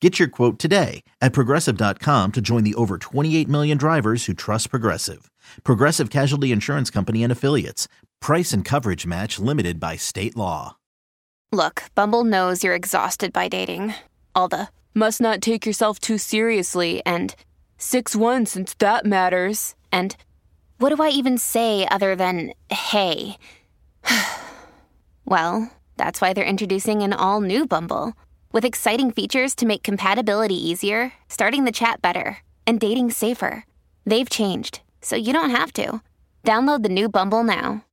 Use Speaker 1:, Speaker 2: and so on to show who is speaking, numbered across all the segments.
Speaker 1: Get your quote today at progressive.com to join the over 28 million drivers who trust Progressive. Progressive Casualty Insurance Company and Affiliates. Price and coverage match limited by state law.
Speaker 2: Look, Bumble knows you're exhausted by dating. All the must not take yourself too seriously and 6 1 since that matters. And what do I even say other than hey? well, that's why they're introducing an all new Bumble with exciting features to make compatibility easier, starting the chat better, and dating safer. They've changed, so you don't have to. Download the new Bumble now.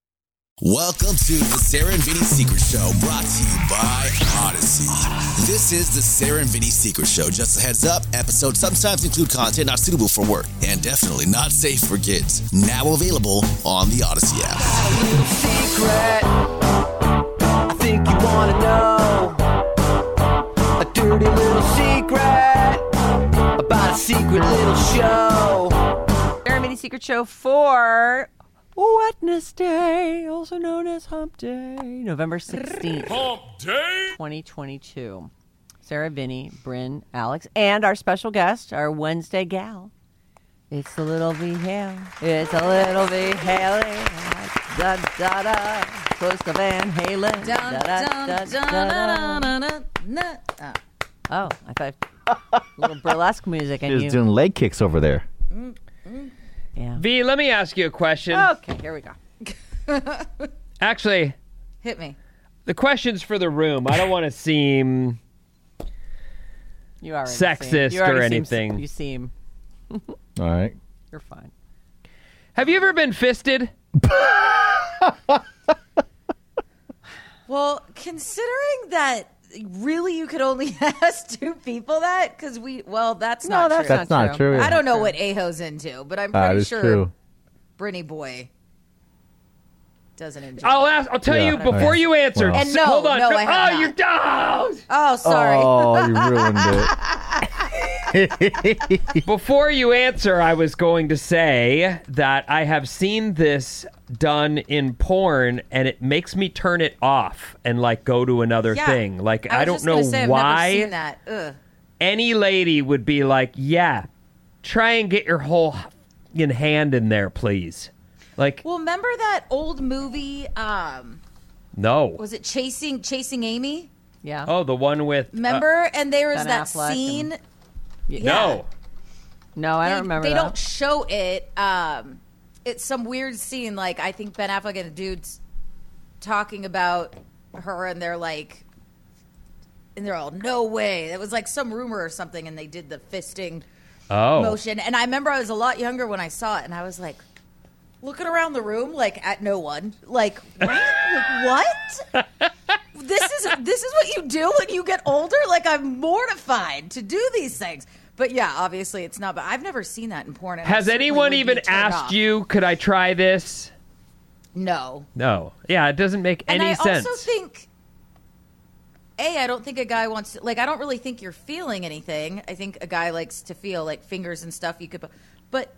Speaker 3: Welcome to the Sarah and Vinny Secret Show, brought to you by Odyssey. This is the Sarah and Vinny Secret Show. Just a heads up, episodes sometimes include content not suitable for work and definitely not safe for kids. Now available on the Odyssey app.
Speaker 4: secret. I think you wanna know a dirty little secret about a secret little show.
Speaker 5: Our mini secret show for Wednesday, also known as Hump Day, November 16th. Hump Day 2022. Sarah, Vinny, Bryn, Alex, and our special guest, our Wednesday gal. It's a little V Hale. It's a little V Hale. Da da da. Close to Van Halen. Da, da, da, da, da. Oh, I thought a little burlesque music. I
Speaker 6: She was
Speaker 5: knew.
Speaker 6: doing leg kicks over there.
Speaker 7: V, let me ask you a question.
Speaker 5: Okay, here we go.
Speaker 7: Actually,
Speaker 8: Hit me.
Speaker 7: the question's for the room. I don't want to seem.
Speaker 5: You already
Speaker 7: Sexist
Speaker 5: seem, you already
Speaker 7: or
Speaker 5: seem-
Speaker 7: anything.
Speaker 5: you seem
Speaker 6: All right.
Speaker 5: you're fine.
Speaker 7: Have you ever been fisted?
Speaker 8: Well, considering that really you could only ask two people that, because we, well, that's not
Speaker 5: that's
Speaker 8: true.
Speaker 6: That's not,
Speaker 5: true.
Speaker 6: true.
Speaker 8: I don't know what Aho's into, but I'm
Speaker 6: That
Speaker 8: pretty
Speaker 6: is
Speaker 8: sure
Speaker 6: true.
Speaker 8: Brinny Boy doesn't enjoy.
Speaker 7: I'll ask. I'll tell
Speaker 6: Yeah,
Speaker 7: you before
Speaker 6: okay.
Speaker 7: you answer.
Speaker 6: Well.
Speaker 8: And
Speaker 7: S-
Speaker 8: no,
Speaker 7: hold on.
Speaker 8: no, I have
Speaker 7: oh, you're dumb.
Speaker 8: oh, sorry.
Speaker 6: Oh, you ruined it.
Speaker 7: Before you answer, I was going to say that I have seen this done in porn, and it makes me turn it off and like go to another
Speaker 8: Yeah.
Speaker 7: thing. Like I,
Speaker 8: was
Speaker 7: don't
Speaker 8: just
Speaker 7: know
Speaker 8: gonna say, I've never seen
Speaker 7: why
Speaker 8: that. Ugh.
Speaker 7: any lady would be like, "Yeah, try and get your whole in hand in there, please." Like
Speaker 8: Well, remember that old movie? Um,
Speaker 7: no.
Speaker 8: was it Chasing Chasing Amy?
Speaker 5: Yeah.
Speaker 7: Oh, the one with uh,
Speaker 8: Remember? and there was
Speaker 5: Ben
Speaker 8: that
Speaker 5: Affleck
Speaker 8: scene.
Speaker 7: no,
Speaker 5: No, I don't
Speaker 8: they-
Speaker 5: remember.
Speaker 8: They
Speaker 5: that.
Speaker 8: don't show it. Um, it's some weird scene. Like I think Ben Affleck and a dude's talking about her, and they're like, and they're all, "No way!" That was like some rumor or something, and they did the fisting
Speaker 7: oh,
Speaker 8: motion. And I remember I was a lot younger when I saw it, and I was like. Looking around the room, like at no one, like what? Like, what? this is this is what you do when you get older. Like I'm mortified to do these things, but yeah, obviously it's not. But I've never seen that in porn. and I
Speaker 7: has
Speaker 8: certainly
Speaker 7: anyone
Speaker 8: would be
Speaker 7: even
Speaker 8: turned
Speaker 7: asked
Speaker 8: off.
Speaker 7: you? Could I try this?
Speaker 8: No.
Speaker 7: No. Yeah, it doesn't make
Speaker 8: and
Speaker 7: any
Speaker 8: I
Speaker 7: sense.
Speaker 8: also think, a, I don't think a guy wants to like. I don't really think you're feeling anything. I think a guy likes to feel like fingers and stuff. You could, but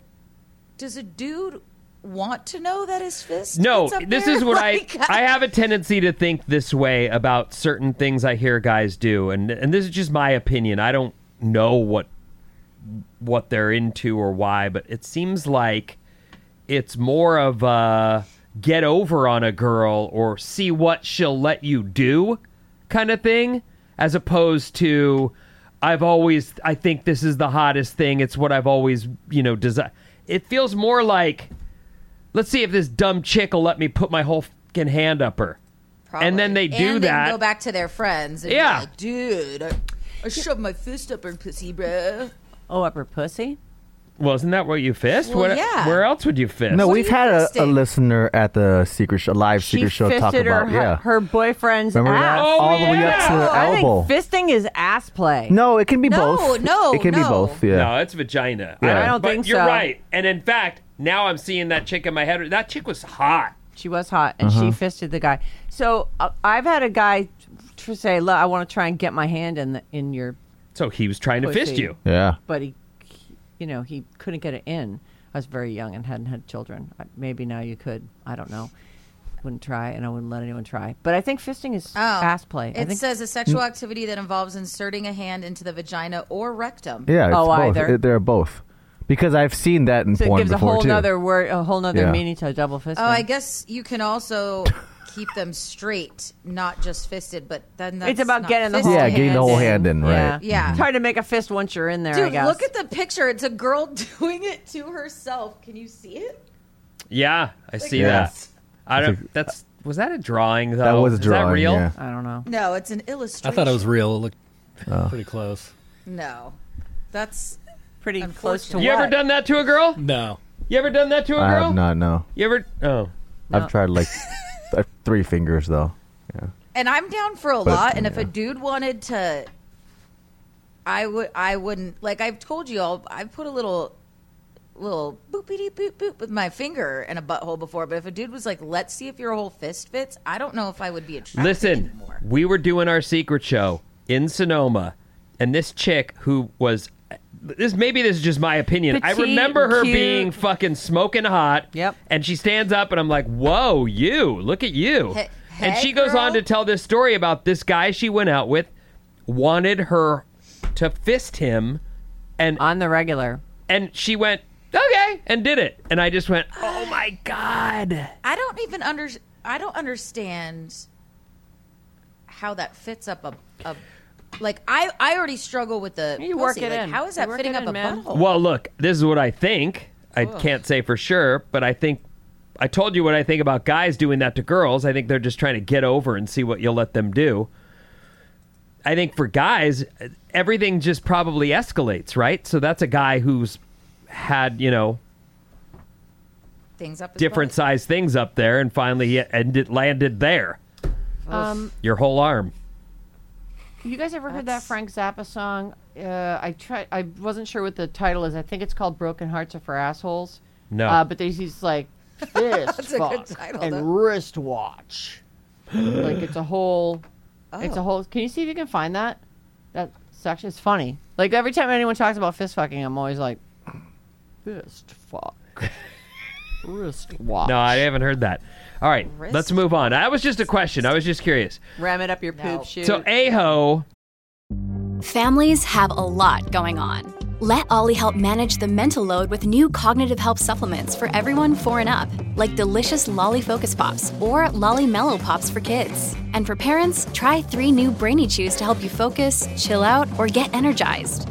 Speaker 8: does a dude want to know that his fist?
Speaker 7: no,
Speaker 8: is up
Speaker 7: this
Speaker 8: there?
Speaker 7: is what I
Speaker 8: Like,
Speaker 7: I have a tendency to think this way about certain things I hear guys do, and and this is just my opinion. I don't know what what they're into or why, but it seems like it's more of a get over on a girl or see what she'll let you do kind of thing as opposed to I've always I think this is the hottest thing it's what I've always you know desi it feels more like let's see if this dumb chick will let me put my whole fucking hand up her and then they
Speaker 8: probably.
Speaker 7: do
Speaker 8: And they
Speaker 7: that
Speaker 8: Go back to their friends. And be
Speaker 7: Yeah.
Speaker 8: like, dude, I, I shoved my fist up her pussy, bro.
Speaker 5: Oh, upper pussy.
Speaker 7: well isn't that what you fist
Speaker 8: Well,
Speaker 7: What-
Speaker 8: yeah.
Speaker 7: where else would you fist
Speaker 6: No,
Speaker 8: What
Speaker 6: we've
Speaker 8: do you
Speaker 6: had a, a
Speaker 8: fisting?
Speaker 6: listener at the secret show, live
Speaker 5: She
Speaker 6: secret show
Speaker 5: fisted
Speaker 6: talk
Speaker 5: her,
Speaker 6: about yeah.
Speaker 5: her boyfriend's
Speaker 6: Remember that?
Speaker 5: ass.
Speaker 7: Oh,
Speaker 6: All the way up to
Speaker 7: yeah.
Speaker 6: the
Speaker 5: I think
Speaker 6: elbow.
Speaker 5: fisting is ass play.
Speaker 6: no, it can be
Speaker 8: No,
Speaker 6: both.
Speaker 8: no,
Speaker 6: it can be
Speaker 8: no.
Speaker 6: both. Yeah.
Speaker 7: No, it's vagina.
Speaker 6: Yeah. I
Speaker 5: don't
Speaker 7: but
Speaker 5: think
Speaker 7: you're
Speaker 5: so.
Speaker 7: right. And in fact, now I'm seeing that chick in my head. That chick was hot.
Speaker 9: She was hot, and
Speaker 6: Uh-huh.
Speaker 9: she fisted the guy. So uh, I've had a guy t- say, "Look, I want to try and get my hand in the, in your,"
Speaker 7: So he was trying to
Speaker 9: Pussy.
Speaker 7: fist you.
Speaker 10: Yeah.
Speaker 9: but he, he- you know, he couldn't get it in. I was very young and hadn't had children. I- Maybe now you could. I don't know. Wouldn't try, and I wouldn't let anyone try. But I think fisting
Speaker 8: Oh,
Speaker 9: is ass play.
Speaker 8: It
Speaker 9: I think
Speaker 8: says a sexual activity that involves inserting a hand into the vagina or rectum.
Speaker 10: Yeah. It's
Speaker 9: Oh,
Speaker 10: both.
Speaker 9: either.
Speaker 10: It- they're both. Because I've seen that in
Speaker 9: so it
Speaker 10: porn
Speaker 9: gives a
Speaker 10: before
Speaker 9: whole
Speaker 10: too.
Speaker 9: nother word, a whole nother
Speaker 10: Yeah.
Speaker 9: meaning to double fisting.
Speaker 8: Oh, I guess you can also keep them straight, not just fisted, but then that's
Speaker 9: it's about
Speaker 8: not
Speaker 9: getting the whole
Speaker 8: fisted.
Speaker 10: Yeah, getting the whole hand in,
Speaker 9: Yeah.
Speaker 10: right?
Speaker 8: Yeah.
Speaker 9: It's hard to make a fist once you're in there. I
Speaker 8: Dude,
Speaker 9: guess.
Speaker 8: look at the picture. It's a girl doing it to herself. Can you see it?
Speaker 7: Yeah, I see that.
Speaker 10: Yes.
Speaker 7: I don't. That's was that a drawing though?
Speaker 10: That was a drawing.
Speaker 7: Oh, Is that real?
Speaker 10: Yeah.
Speaker 9: I don't know.
Speaker 8: No, it's an illustration.
Speaker 11: I thought it was real. It looked
Speaker 9: Oh.
Speaker 11: pretty close.
Speaker 8: No. That's
Speaker 9: Pretty close to
Speaker 8: Unfortunate.
Speaker 7: You
Speaker 9: what?
Speaker 7: ever done that to a girl?
Speaker 11: No.
Speaker 7: You ever done that to a
Speaker 10: I
Speaker 7: girl?
Speaker 10: have not. No.
Speaker 7: You ever? Oh,
Speaker 10: I've tried like th- three fingers though.
Speaker 8: and I'm down for a lot. And if a dude wanted to, I would. I wouldn't. Like I've told you all, I've put a little, little boopity boop boop with my finger in a butthole before. But if a dude was like, "Let's see if your whole fist fits," I don't know if I would be attracted
Speaker 7: listen.
Speaker 8: anymore.
Speaker 7: We were doing our secret show in Sonoma, and this chick who was this maybe this is just my opinion. I
Speaker 9: Petite,
Speaker 7: remember her
Speaker 9: cute.
Speaker 7: being fucking smoking hot.
Speaker 9: Yep.
Speaker 7: And she stands up, and I'm like, "Whoa, you! Look at you!"
Speaker 8: Hey-
Speaker 7: and
Speaker 8: hey,
Speaker 7: she goes on
Speaker 8: girl.
Speaker 7: to tell this story about this guy she went out with wanted her to fist him, and
Speaker 9: on the regular?
Speaker 7: and she went okay and did it and i just went oh my god
Speaker 8: I don't even under. I don't understand how that fits up a. a like I, I already struggle with the.
Speaker 9: You work
Speaker 8: pussy.
Speaker 9: it
Speaker 8: Like,
Speaker 9: in.
Speaker 8: How is
Speaker 9: You
Speaker 8: that
Speaker 9: work
Speaker 8: fitting
Speaker 9: it
Speaker 8: up
Speaker 9: in,
Speaker 8: a
Speaker 9: man.
Speaker 8: butthole?
Speaker 7: well look this is what i think i can't say for sure but i think i told you what i think about guys doing that to girls i think they're just trying to get over and see what you'll let them do i think for guys everything just probably escalates right so that's a guy who's had you know
Speaker 8: Things up his
Speaker 7: different
Speaker 8: butt.
Speaker 7: sized things up there and finally he ended, landed there
Speaker 9: Um,
Speaker 7: your whole arm
Speaker 9: you guys ever heard that
Speaker 8: That's-
Speaker 9: Frank Zappa song? Uh, I tried. I wasn't sure what the title is. I think it's called "Broken Hearts Are for Assholes."
Speaker 7: No.
Speaker 9: Uh, but there's he's like fist
Speaker 8: a
Speaker 9: fuck
Speaker 8: good title,
Speaker 9: and
Speaker 8: though.
Speaker 9: wristwatch. like it's a whole. It's a whole. Can you see if you can find that? That section is funny. Like every time anyone talks about fist fucking, I'm always like, fist fuck, wristwatch.
Speaker 7: No, I haven't heard that. All right, let's move on. That was just a question. I was just curious.
Speaker 9: Ram it up your poop shoot.
Speaker 7: So, Aho,
Speaker 12: Families have a lot going on. Let Ollie help manage the mental load with new cognitive help supplements for everyone four and up, like delicious Lolly Focus Pops or Lolly Mellow Pops for kids. And for parents, try three new Brainy Chews to help you focus, chill out, or get energized.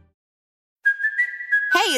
Speaker 13: Hey,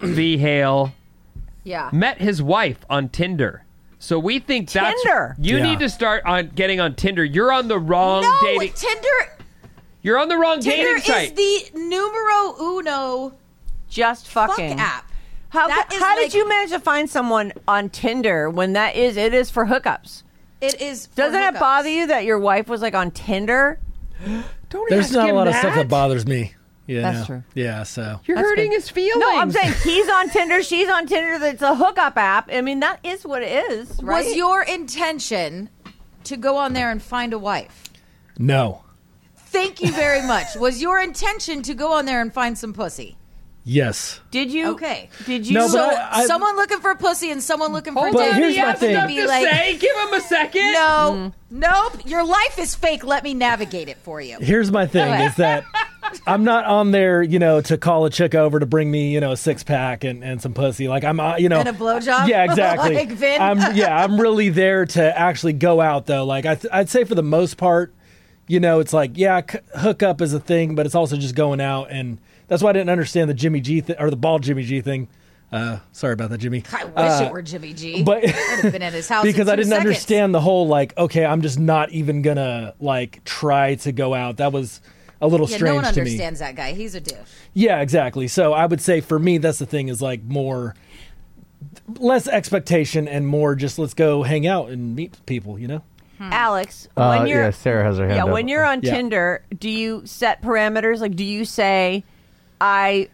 Speaker 7: V. Hale,
Speaker 8: Yeah.
Speaker 7: met his wife on Tinder. So we think that's
Speaker 9: Tinder?
Speaker 7: you
Speaker 11: Yeah.
Speaker 7: need to start on getting on Tinder. You're on the wrong
Speaker 8: No,
Speaker 7: dating.
Speaker 8: Tinder
Speaker 7: You're on the wrong
Speaker 8: Tinder
Speaker 7: dating
Speaker 8: is
Speaker 7: site.
Speaker 8: the numero uno
Speaker 9: just
Speaker 8: fuck
Speaker 9: fucking
Speaker 8: app.
Speaker 9: How,
Speaker 8: That
Speaker 9: co-
Speaker 8: is
Speaker 9: how
Speaker 8: like-
Speaker 9: did you manage to find someone on Tinder when that is it is for hookups?
Speaker 8: It is. for
Speaker 9: Doesn't it
Speaker 8: hookups.
Speaker 9: bother you that your wife was like on Tinder?
Speaker 7: Don't
Speaker 11: There's
Speaker 7: ask
Speaker 11: not a
Speaker 7: him
Speaker 11: lot of stuff that
Speaker 7: that.
Speaker 11: bothers me. You
Speaker 9: That's
Speaker 11: know?
Speaker 9: true.
Speaker 11: Yeah, so.
Speaker 7: You're
Speaker 9: That's
Speaker 7: hurting
Speaker 9: good.
Speaker 7: his feelings.
Speaker 9: No, I'm saying he's on Tinder, she's on Tinder. It's a hookup app. I mean, that is what it is, right?
Speaker 8: Was your intention to go on there and find a wife?
Speaker 11: No.
Speaker 8: Thank you very much. Was your intention to go on there and find some pussy?
Speaker 11: Yes.
Speaker 9: did you?
Speaker 8: Okay.
Speaker 9: Did you?
Speaker 11: No, but
Speaker 8: So
Speaker 11: I- I-
Speaker 8: someone looking for pussy and someone looking for.
Speaker 7: Hold
Speaker 11: But
Speaker 7: on,
Speaker 11: here's
Speaker 7: he
Speaker 11: my
Speaker 7: has
Speaker 11: thing.
Speaker 7: stuff
Speaker 8: Be
Speaker 7: to
Speaker 8: like-
Speaker 7: say. Give him a second.
Speaker 8: No,
Speaker 9: Mm-hmm.
Speaker 8: nope. Your life is fake. Let me navigate it for you.
Speaker 11: Here's my thing is that I'm not on there, you know, to call a chick over to bring me, you know, a six pack and, and some pussy. Like I'm, uh, you know,
Speaker 8: And a blowjob?
Speaker 11: Yeah, exactly.
Speaker 8: Like Vin?
Speaker 11: I'm yeah, I'm really there to actually go out though. Like I, th- I'd say for the most part,
Speaker 10: you know, it's like, yeah, c- hookup is a thing, but it's also just going out. And that's why I didn't understand the Jimmy G thi- or the bald Jimmy G thing. Uh, sorry about that, Jimmy.
Speaker 8: I wish
Speaker 10: Uh,
Speaker 8: it were Jimmy G.
Speaker 10: but-
Speaker 8: I'd have been at his house in
Speaker 10: because I
Speaker 8: two
Speaker 10: didn't
Speaker 8: seconds.
Speaker 10: understand the whole like, okay, I'm just not even gonna like try to go out. That was a little
Speaker 8: yeah,
Speaker 10: strange
Speaker 8: no one
Speaker 10: to me.
Speaker 8: understands that guy. He's a douche.
Speaker 10: Yeah, exactly. So I would say for me, that's the thing is like more, less expectation and more just let's go hang out and meet people. You know.
Speaker 9: Alex,
Speaker 10: Uh,
Speaker 9: when you're
Speaker 10: yeah, Sarah has her hand
Speaker 9: yeah,
Speaker 10: up.
Speaker 9: when you're on
Speaker 10: Yeah.
Speaker 9: Tinder, do you set parameters? Like, do you say, I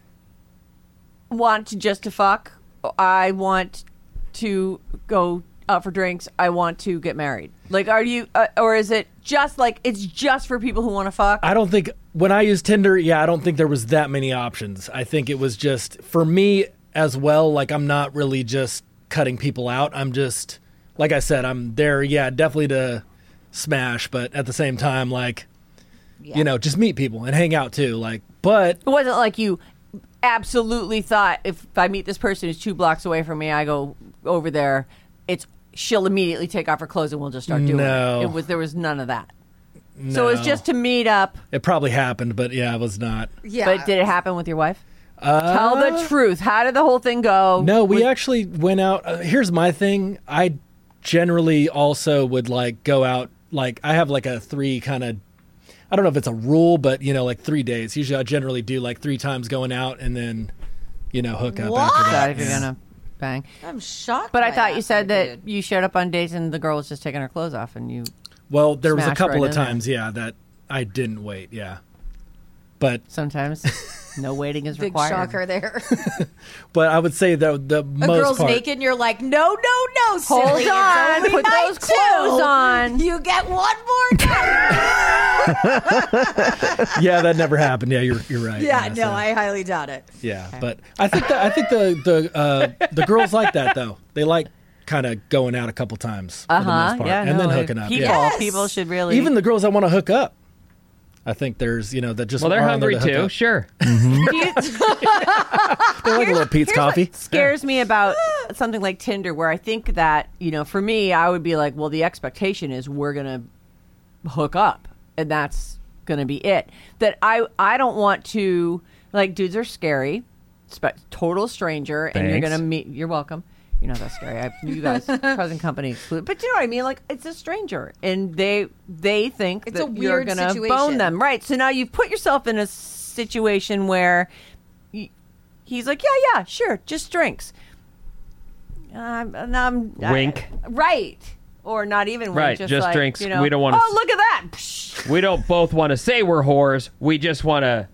Speaker 9: want to just to fuck, I want to go out for drinks, I want to get married? Like, are you, uh, or is it just like it's just for people who want to fuck?
Speaker 10: I don't think when I used Tinder, yeah, I don't think there was that many options. I think it was just for me as well. Like I'm not really just cutting people out. I'm just like I said, I'm there. Yeah, definitely to smash, but at the same time, like you know, just meet people and hang out too. Like, but
Speaker 9: It wasn't like you absolutely thought if I meet this person who's two blocks away from me, I go over there. It's she'll immediately take off her clothes and we'll just start doing
Speaker 10: No.
Speaker 9: it. It was there was none of that. So it's
Speaker 10: No.
Speaker 9: just to meet up.
Speaker 10: it probably happened. But yeah, it was not.
Speaker 9: Yeah. But did it happen with your wife?
Speaker 10: Uh,
Speaker 9: Tell the truth. How did the whole thing go?
Speaker 10: No, we actually went out. Uh, here's my thing. I generally also would like go out. Like I have like a three kind of. I don't know if it's a rule, but you know, like three days. Usually, I generally do like three times going out and then, you know, hook up. After that.
Speaker 9: Decide if you're gonna bang.
Speaker 8: I'm shocked.
Speaker 9: But I
Speaker 8: by
Speaker 9: thought
Speaker 8: that.
Speaker 9: you said that you showed up on dates and the girl was just taking her clothes off and you.
Speaker 10: Well, there was a
Speaker 9: smashed
Speaker 10: couple
Speaker 9: right
Speaker 10: of
Speaker 9: in there.
Speaker 10: times, yeah, that I didn't wait. Yeah, but
Speaker 9: sometimes no waiting is
Speaker 8: Big shocker there.
Speaker 10: But I would say though the
Speaker 8: A
Speaker 10: most
Speaker 8: girl's
Speaker 10: part,
Speaker 8: naked, and you're like, no, no, no,
Speaker 9: Hold
Speaker 8: silly. It's
Speaker 9: on,
Speaker 8: only
Speaker 9: put
Speaker 8: night
Speaker 9: those
Speaker 8: two.
Speaker 9: clothes on."
Speaker 8: You get one more night.
Speaker 10: yeah, that never happened. Yeah, you're you're right.
Speaker 8: yeah, no,
Speaker 10: so-
Speaker 8: I highly doubt it.
Speaker 10: Yeah, but I think the, I think the the uh, the girls like that though. They like kind of going out a couple times for the
Speaker 9: Uh-huh,
Speaker 10: most part,
Speaker 9: yeah,
Speaker 10: and then
Speaker 9: no,
Speaker 10: hooking up.
Speaker 9: people-
Speaker 10: yeah.
Speaker 9: people should really-
Speaker 10: even the girls that want to hook up. I think there's you know that just
Speaker 7: Well, they're
Speaker 10: are on there
Speaker 7: hungry
Speaker 10: to hook up.
Speaker 7: too. Sure.
Speaker 10: Mm-hmm. they like a little Pete's coffee.
Speaker 9: scares me about something like Tinder, where I think that you know, for me, I would be like, well, the expectation is we're gonna hook up, and that's gonna be it. That I I don't want to like dudes are scary, spe- total stranger, and you're
Speaker 7: Thanks.
Speaker 9: gonna meet. You're welcome. You're not that scary. I, you guys, present company excluded. But you know what I mean? Like it's a stranger, and they they think
Speaker 8: It's
Speaker 9: that
Speaker 8: a
Speaker 9: you're
Speaker 8: weird
Speaker 9: gonna
Speaker 8: situation.
Speaker 9: bone them, right? So now you've put yourself in a situation where. y- He's like, yeah, yeah, sure, just drinks. Um, and I'm,
Speaker 7: Wink.
Speaker 9: I- right. Or not even wink.
Speaker 7: Right,
Speaker 9: Just,
Speaker 7: just
Speaker 9: like,
Speaker 7: drinks.
Speaker 9: You know,
Speaker 7: We don't wanna
Speaker 9: Oh,
Speaker 7: s-
Speaker 9: look at that.
Speaker 7: We don't both want to say we're whores. We just want to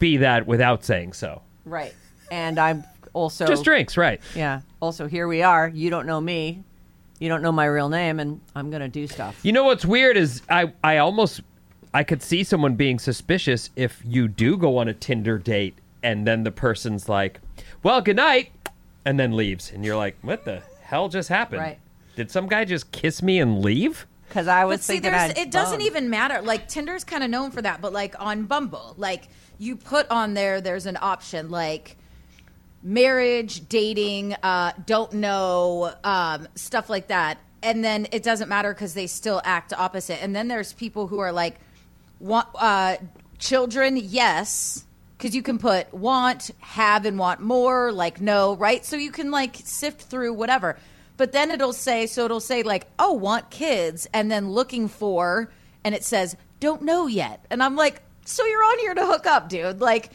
Speaker 7: be that without saying so.
Speaker 9: Right. And I'm also
Speaker 10: Oh.
Speaker 7: just drinks, right?
Speaker 9: Yeah. Also, here we are. You don't know me. You don't know my real name, and I'm gonna do stuff.
Speaker 7: You know what's weird is I I almost I could see someone being suspicious if you do go on a Tinder date and then the person's like, "Well, good night," and then leaves, and you're like, "What the hell just happened?
Speaker 8: Right.
Speaker 7: Did some guy just kiss me and leave?"
Speaker 9: Because I
Speaker 8: But
Speaker 9: was
Speaker 8: see,
Speaker 9: thinking
Speaker 8: there's
Speaker 9: I'd
Speaker 8: it doesn't
Speaker 9: bone.
Speaker 8: even matter. Like Tinder's kind of known for that, but like on Bumble, like you put on there, there's an option like marriage, dating, uh, don't know, um, stuff like that, and then it doesn't matter because they still act opposite. And then there's people who are like, want uh, children, yes. Because you can put want, have, and want more, like no, right? So you can like sift through whatever. But then it'll say, so it'll say like, oh, want kids, and then looking for, and it says, don't know yet. And I'm like, so you're on here to hook up, dude. Like,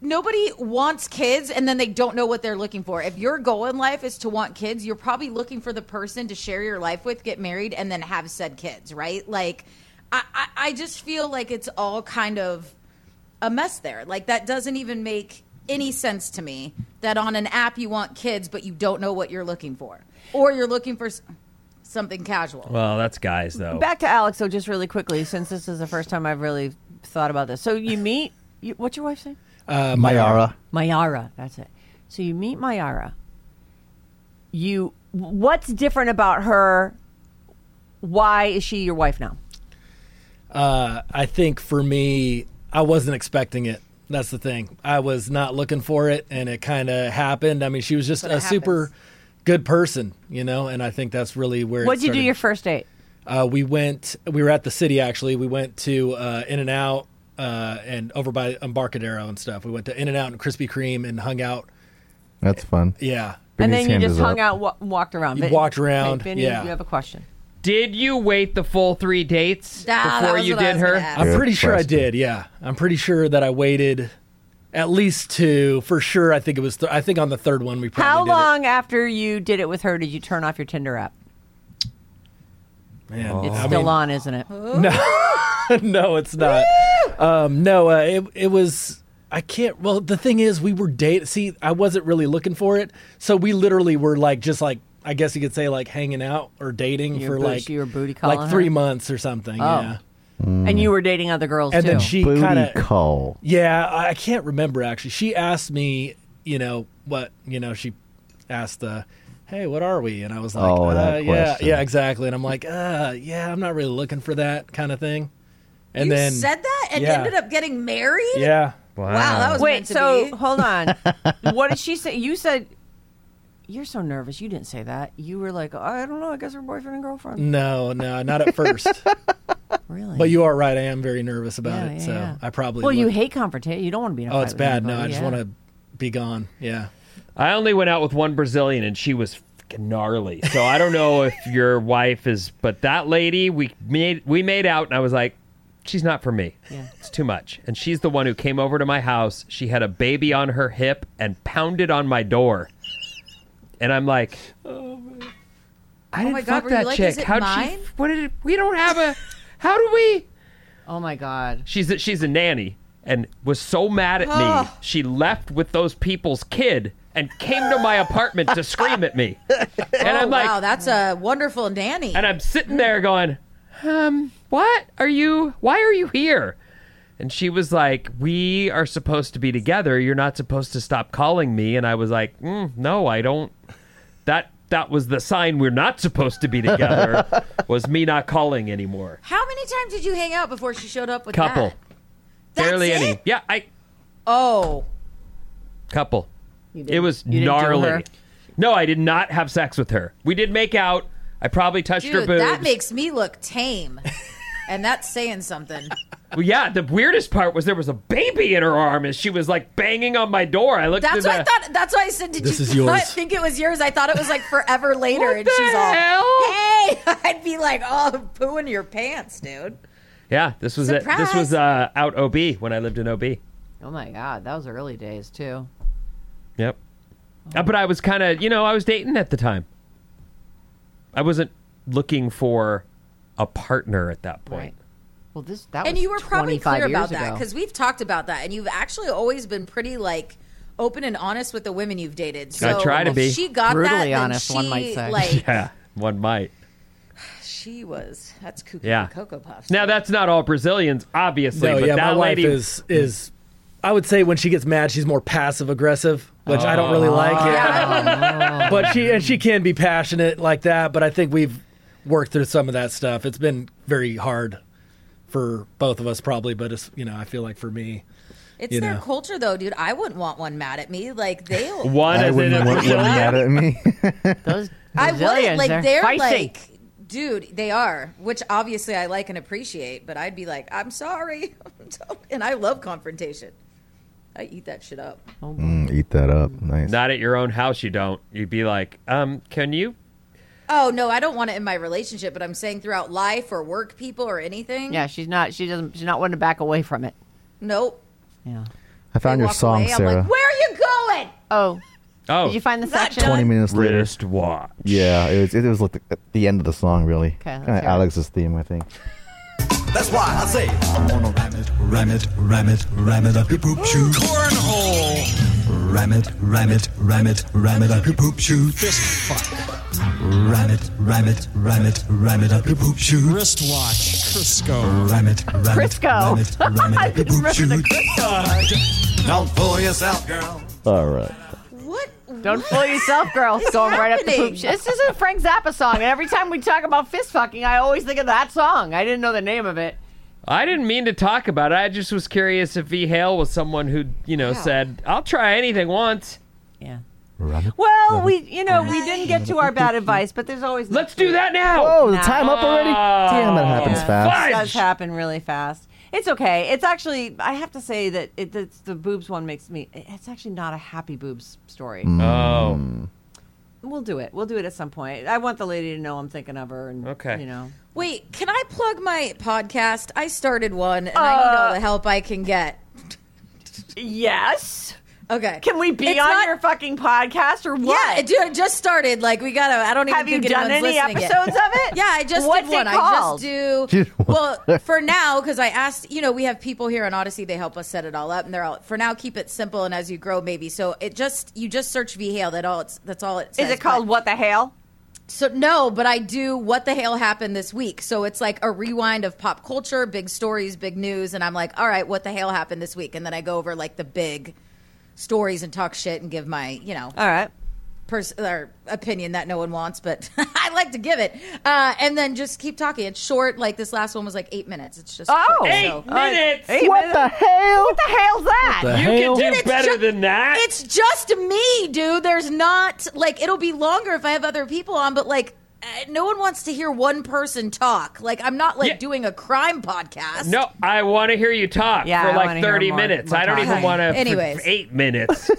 Speaker 8: nobody wants kids and then they don't know what they're looking for. If your goal in life is to want kids, you're probably looking for the person to share your life with, get married, and then have said kids, right? Like, I, I, I just feel like it's all kind of a mess there. Like, that doesn't even make any sense to me that on an app you want kids, but you don't know what you're looking for, or you're looking for s- something casual.
Speaker 7: Well, that's guys though.
Speaker 9: Back to Alex, though, just really quickly, since this is the first time I've really thought about this. So you meet. You, what's your wife's name?
Speaker 10: Uh,
Speaker 6: Mayara.
Speaker 9: Mayara, that's it. So you meet Mayara. You what's different about her? Why is she your wife now?
Speaker 10: Uh, I think for me, I wasn't expecting it. That's the thing. I was not looking for it, and it kind of happened. I mean, she was just a
Speaker 9: But it
Speaker 10: super good person, you know. And I think that's really where.
Speaker 9: What'd
Speaker 10: it
Speaker 9: you do
Speaker 10: started.
Speaker 9: your first date?
Speaker 10: Uh, we went. We were at the city actually. We went to uh, In and Out uh, and over by Embarcadero and stuff. We went to In and Out and Krispy Kreme and hung out.
Speaker 6: That's fun.
Speaker 10: Yeah.
Speaker 9: and then you just hung out, wa- walked around.
Speaker 10: You
Speaker 9: Vin-
Speaker 10: walked around,
Speaker 9: Vin- Vinny,
Speaker 10: yeah.
Speaker 9: you have a question.
Speaker 7: Did you wait the full three dates
Speaker 9: Ah, that
Speaker 7: before
Speaker 9: was
Speaker 7: you
Speaker 9: what I
Speaker 7: did
Speaker 9: was
Speaker 7: her?
Speaker 9: gonna ask.
Speaker 10: I'm pretty sure I did. Yeah, I'm pretty sure that I waited at least two for sure. I think it was. Th- I think on the third one we probably
Speaker 9: How
Speaker 10: did
Speaker 9: long after you did it with her did you turn off your Tinder app?
Speaker 10: It. Man,
Speaker 9: It's
Speaker 10: Oh. I
Speaker 9: still
Speaker 10: mean- oh.
Speaker 9: on, isn't it?
Speaker 10: No, no, it's not. Um, no, uh, it it was. I can't. Well, the thing is, we were date. See, I wasn't really looking for it, so we literally were like, just like I guess you could say, like hanging out or dating
Speaker 9: You
Speaker 10: for
Speaker 9: were booty-
Speaker 10: like
Speaker 9: you were booty calling
Speaker 10: like three
Speaker 9: her?
Speaker 10: months or something.
Speaker 9: Oh.
Speaker 10: Yeah,
Speaker 9: And you were dating other girls
Speaker 10: and
Speaker 9: too.
Speaker 10: then she kind of
Speaker 6: call.
Speaker 10: Yeah, I I can't remember actually. She asked me, you know, what, you know, she asked, uh, hey, what are we? And I was like,
Speaker 6: Oh, that
Speaker 10: uh, yeah,
Speaker 6: question.
Speaker 10: yeah, exactly. And I'm like, uh, yeah, I'm not really looking for that kind of thing. And
Speaker 8: you
Speaker 10: then
Speaker 8: said that and
Speaker 10: yeah.
Speaker 8: ended up getting married.
Speaker 10: Yeah.
Speaker 8: Wow, that was
Speaker 9: Wait,
Speaker 8: meant to
Speaker 9: so
Speaker 8: be.
Speaker 9: hold on. what did she say? You said you're so nervous. You didn't say that. You were like, I don't know. I guess we're boyfriend and girlfriend.
Speaker 10: No, no, not at first.
Speaker 9: really?
Speaker 10: Mm. But you are right. I am very nervous about
Speaker 9: Yeah,
Speaker 10: it.
Speaker 9: yeah,
Speaker 10: so
Speaker 9: yeah.
Speaker 10: I probably.
Speaker 9: Well, you
Speaker 10: would-
Speaker 9: hate confrontation. You don't want to be. In a
Speaker 10: Oh,
Speaker 9: fight
Speaker 10: it's
Speaker 9: with
Speaker 10: bad. No,
Speaker 9: anybody,
Speaker 10: I just
Speaker 9: yeah.
Speaker 10: want to be gone. Yeah.
Speaker 7: I only went out with one Brazilian and she was fucking gnarly. So I don't know if your wife is, but that lady we made we made out and I was like, she's not for me.
Speaker 9: Yeah.
Speaker 7: It's too much. And she's the one who came over to my house. She had a baby on her hip and pounded on my door. And I'm like, I
Speaker 8: Oh
Speaker 7: didn't
Speaker 8: my God,
Speaker 7: fuck
Speaker 8: were you
Speaker 7: that
Speaker 8: like,
Speaker 7: chick.
Speaker 8: is it
Speaker 7: How'd
Speaker 8: mine?
Speaker 7: she? What did? It, we don't have a. How do we?
Speaker 9: Oh my god.
Speaker 7: She's a, she's a nanny and was so mad at me.
Speaker 9: Oh.
Speaker 7: She left with those people's kid and came to my apartment to scream at me. And
Speaker 8: oh,
Speaker 7: I'm like,
Speaker 8: wow, that's a wonderful nanny.
Speaker 7: and I'm sitting there going, um, what are you? Why are you here? And she was like, we are supposed to be together. You're not supposed to stop calling me. And I was like, mm, no, I don't. That that was the sign we're not supposed to be together. was me not calling anymore.
Speaker 8: How many times did you hang out before she showed up with
Speaker 7: Couple.
Speaker 8: that?
Speaker 7: Barely
Speaker 8: That's
Speaker 7: any.
Speaker 8: it?
Speaker 7: Yeah, I
Speaker 8: Oh,
Speaker 7: couple.
Speaker 8: didn't-
Speaker 7: It was
Speaker 8: you didn't do her?
Speaker 7: gnarly. No, I did not have sex with her. We did make out. I probably touched her
Speaker 8: dude,
Speaker 7: boobs.
Speaker 8: that makes me look tame, and that's saying something.
Speaker 7: Well, yeah, the weirdest part was there was a baby in her arm as she was like banging on my door. I looked.
Speaker 8: That's
Speaker 7: in the,
Speaker 8: what I thought. That's why I said, did
Speaker 7: This
Speaker 8: you
Speaker 7: is
Speaker 8: not
Speaker 7: yours.
Speaker 8: think it was yours? I thought it was like forever later, and
Speaker 7: the
Speaker 8: she's all,
Speaker 7: hell?
Speaker 8: "Hey!" I'd be like, "Oh, poo in your pants, dude."
Speaker 7: Yeah, this was it. This was uh, out OB when I lived in OB.
Speaker 9: Oh my god, that was early days too.
Speaker 7: Yep. Uh, but I was kind of, you know, I was dating at the time. I wasn't looking for a partner at that point.
Speaker 9: Well, this that
Speaker 8: and
Speaker 9: was
Speaker 8: you were probably
Speaker 9: 25
Speaker 8: clear
Speaker 9: years
Speaker 8: about that
Speaker 9: ago.
Speaker 8: because we've talked about that, and you've actually always been pretty like open and honest with the women you've dated. So
Speaker 7: I try to
Speaker 8: if
Speaker 7: be
Speaker 8: She got that,
Speaker 9: Brutally
Speaker 8: then
Speaker 9: honest,
Speaker 8: She,
Speaker 9: one might say.
Speaker 8: Like
Speaker 7: yeah, one might.
Speaker 8: she was. That's cuckoo
Speaker 7: Yeah.
Speaker 8: for cocoa puffs.
Speaker 7: Now that's not all Brazilians, obviously.
Speaker 10: No,
Speaker 7: but
Speaker 10: yeah,
Speaker 7: that
Speaker 10: my wife
Speaker 7: lady
Speaker 10: is is. I would say when she gets mad, she's more passive aggressive, which I don't really like.
Speaker 9: Oh.
Speaker 8: Um,
Speaker 9: Yeah.
Speaker 10: but she and she can be passionate like that. But I think we've worked through some of that stuff. It's been very hard for both of us, probably. But it's you know, I feel like for me,
Speaker 8: It's
Speaker 10: you
Speaker 8: their
Speaker 10: know.
Speaker 8: culture, though, dude. I wouldn't want one mad at me. Like they,
Speaker 7: One
Speaker 6: I
Speaker 7: as in a
Speaker 6: wouldn't want one
Speaker 7: Brazilian.
Speaker 6: mad at me.
Speaker 9: Those
Speaker 8: I wouldn't.
Speaker 9: Brazilians,
Speaker 8: Like
Speaker 9: they're
Speaker 8: they're
Speaker 9: feisty.
Speaker 8: like, dude, they are. Which obviously I like and appreciate, but I'd be like, I'm sorry, and I love confrontation. I eat that shit up.
Speaker 6: Mm, eat that up. Nice.
Speaker 7: Not at your own house, you don't. You'd be like, um, can you?
Speaker 8: Oh no, I don't want it in my relationship, but I'm saying throughout life or work, people or anything.
Speaker 9: Yeah, she's not. She doesn't. She's not wanting to back away from it.
Speaker 8: Nope.
Speaker 9: Yeah.
Speaker 6: I found your
Speaker 8: Walk
Speaker 6: song,
Speaker 8: away.
Speaker 6: Sarah.
Speaker 8: I'm like, where are you going?
Speaker 9: Oh.
Speaker 7: Oh.
Speaker 9: Did you find the section?
Speaker 6: Twenty minutes later.
Speaker 7: Wrist watch.
Speaker 6: Yeah, it was. It was like the, at the end of the song, really.
Speaker 9: Okay, let's
Speaker 6: Kinda
Speaker 9: hear it.
Speaker 6: Alex's theme, I think.
Speaker 3: That's why I say
Speaker 14: I'm gonna ram it, ram it, ram it, ram it up your poop chute.
Speaker 3: cornhole.
Speaker 14: Ram it, ram it, ram it, ram it up your poop chute.
Speaker 3: Fist fuck.
Speaker 14: Ram it, ram it, ram it, ram it up your poop chute.
Speaker 3: Wristwatch. Crisco.
Speaker 14: Ram it, ram it, ram it, ram it up your poop chute.
Speaker 3: Don't fool yourself, girl.
Speaker 6: All right.
Speaker 8: What?
Speaker 9: Don't fool yourself, girl. It's going right up the poop.
Speaker 8: happening?
Speaker 9: sh- This isn't Frank Zappa song. And every time we talk about fist fucking, I always think of that song. I didn't know the name of it.
Speaker 7: I didn't mean to talk about it. I just was curious if V Hale was someone who, you know, said, I'll try anything once.
Speaker 9: Yeah.
Speaker 6: Rabbit,
Speaker 9: Well,
Speaker 6: rabbit.
Speaker 9: we you know we didn't get to our bad advice, but there's always let's do
Speaker 7: that now. Uh,
Speaker 6: Oh, the time up already? Damn,
Speaker 9: Oh,
Speaker 6: that happens fast.
Speaker 9: It does happen really fast. It's okay. It's actually I have to say that it, it's the boobs one makes me. It's actually not a happy boobs story.
Speaker 7: Oh.
Speaker 9: We'll do it. We'll do it at some point. I want the lady to know I'm thinking of her. And,
Speaker 7: Okay.
Speaker 9: You know.
Speaker 8: Wait, can I plug my podcast? I started one and I need
Speaker 9: Uh,
Speaker 8: all the help I can get.
Speaker 9: Yes.
Speaker 8: Okay.
Speaker 9: Can we be on your fucking podcast or what?
Speaker 8: Yeah, dude, I just started. Like, we gotta. I don't even
Speaker 9: Have you
Speaker 8: think
Speaker 9: done
Speaker 8: anyone's
Speaker 9: any
Speaker 8: listening yet.
Speaker 9: episodes of it?
Speaker 8: Yeah, I just
Speaker 9: What's
Speaker 8: did one.
Speaker 9: it called?
Speaker 8: I just do. Well, for now, because I asked. You know, we have people here on Odyssey. They help us set it all up, and they're all for now. Keep it simple, and as you grow, maybe. So it just you just search V Hale. That all. It's that's all it. Says,
Speaker 9: it called What the Hale?
Speaker 8: So no, but I do what the hell happened this week. So it's like a rewind of pop culture, big stories, big news, and I'm like, all right, what the hell happened this week? And then I go over like the big stories and talk shit and give my, you know,
Speaker 9: all right,
Speaker 8: pers- or opinion that no one wants, but I like to give it. Uh, and then just keep talking. It's short. Like this last one was like eight minutes. It's just
Speaker 9: Oh.
Speaker 8: quick,
Speaker 9: Eight
Speaker 8: so-
Speaker 9: minutes. Eight What minutes. the hell? What the hell's that? What the
Speaker 7: You can
Speaker 9: hell?
Speaker 7: do
Speaker 9: Dude, it's
Speaker 7: better
Speaker 9: ju-
Speaker 7: than that.
Speaker 8: It's just me, dude. There's not like it'll be longer if I have other people on, but like uh, no one wants to hear one person talk. Like I'm not like
Speaker 7: Yeah.
Speaker 8: doing a crime podcast.
Speaker 7: No, I want to hear you talk
Speaker 8: Yeah, I
Speaker 7: for
Speaker 8: wanna
Speaker 7: like
Speaker 8: hear
Speaker 7: 30
Speaker 8: more-
Speaker 7: minutes.
Speaker 8: more
Speaker 7: I don't
Speaker 8: talk.
Speaker 7: even want to.
Speaker 8: Anyways.
Speaker 7: eight minutes.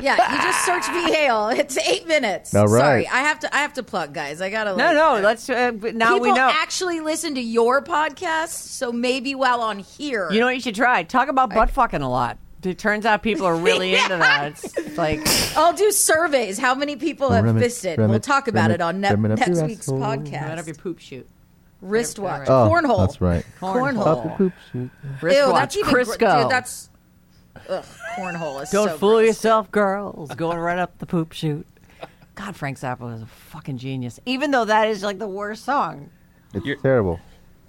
Speaker 8: Yeah, you just search V Hale. It's eight minutes.
Speaker 7: All right.
Speaker 8: Sorry, I have to. I have to plug, guys. I gotta.
Speaker 9: No,
Speaker 8: Like,
Speaker 9: no. Let's. Uh, but now
Speaker 8: people
Speaker 9: we know.
Speaker 8: actually listen to your podcast, so maybe while on here,
Speaker 9: You know what you should try? Talk about butt fucking a lot. It turns out people are really into that. It's, it's like
Speaker 8: I'll do surveys. How many people have
Speaker 9: Remit-
Speaker 8: fisted? we'll
Speaker 9: remit-
Speaker 8: talk about
Speaker 9: remit-
Speaker 8: it on ne-
Speaker 6: remit up your
Speaker 8: next week's
Speaker 6: asshole.
Speaker 8: podcast.
Speaker 9: Remit up your poop shoot.
Speaker 8: Wristwatch.
Speaker 6: Oh,
Speaker 8: Cornhole.
Speaker 6: That's right.
Speaker 8: Cornhole.
Speaker 6: Up your poop shoot.
Speaker 8: Ew, that's even gr-
Speaker 9: Crisco.
Speaker 8: dude, that's ugh, cornhole. Is
Speaker 9: Don't
Speaker 8: so
Speaker 9: fool
Speaker 8: gross.
Speaker 9: yourself, girls. Going right up the poop chute. God, Frank Zappa was a fucking genius. Even though that is like the worst song.
Speaker 6: It's terrible.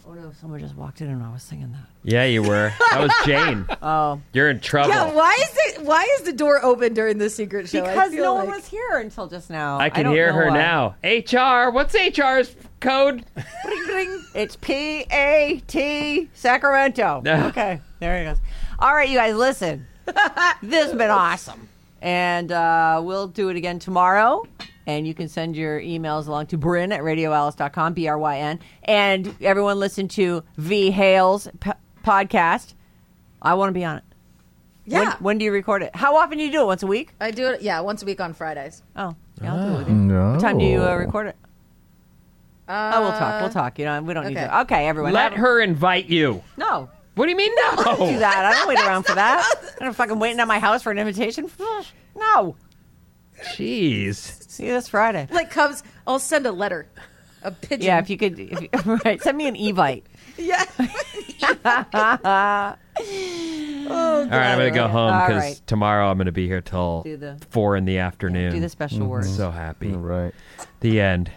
Speaker 9: Oh no, someone just walked in and I was singing that.
Speaker 7: yeah, you were. That was Jane.
Speaker 9: Oh.
Speaker 7: You're in trouble.
Speaker 8: Yeah, why is it? Why is the door open during the secret show? I
Speaker 9: Because
Speaker 8: feel
Speaker 9: no
Speaker 8: like-
Speaker 9: one was here until just now.
Speaker 7: I can
Speaker 9: don't
Speaker 7: hear
Speaker 9: know
Speaker 7: her
Speaker 9: why.
Speaker 7: now. HR, what's HR's code?
Speaker 9: It's P A T Sacramento.
Speaker 7: No.
Speaker 9: Okay, there he goes. All right, you guys, listen. this has been awesome. And uh, we'll do it again tomorrow. And you can send your emails along to Bryn at radioalice.com, B R Y N. And everyone listen to V Hale's p- podcast. I want to be on it.
Speaker 8: Yeah.
Speaker 9: When, when do you record it? How often do you do it? Once a week?
Speaker 8: I do it. Yeah, once a week on Fridays.
Speaker 9: Oh, yeah, I'll do it with
Speaker 6: Oh,
Speaker 9: you. What time do you uh,
Speaker 6: no.
Speaker 9: record it? oh, we'll talk. We'll talk. You know, we don't need
Speaker 8: okay.
Speaker 9: to. Okay, everyone.
Speaker 7: Let
Speaker 9: have-
Speaker 7: her invite you.
Speaker 9: No.
Speaker 7: What do you mean no?
Speaker 9: I don't do that. I don't wait around for that. I'm not fucking waiting at my house for an invitation. No.
Speaker 7: Jeez.
Speaker 9: See you this Friday.
Speaker 8: Like comes, I'll send a letter, a pigeon.
Speaker 9: Yeah, if you could, if you, right? Send me an evite.
Speaker 8: Yeah.
Speaker 7: All right, I'm going to go home
Speaker 9: All
Speaker 7: because
Speaker 9: right.
Speaker 7: tomorrow I'm going to be here till
Speaker 9: Do the-
Speaker 7: 4 in the afternoon.
Speaker 9: do the special
Speaker 7: I'm
Speaker 9: words.
Speaker 7: so happy.
Speaker 6: Right.
Speaker 7: The end.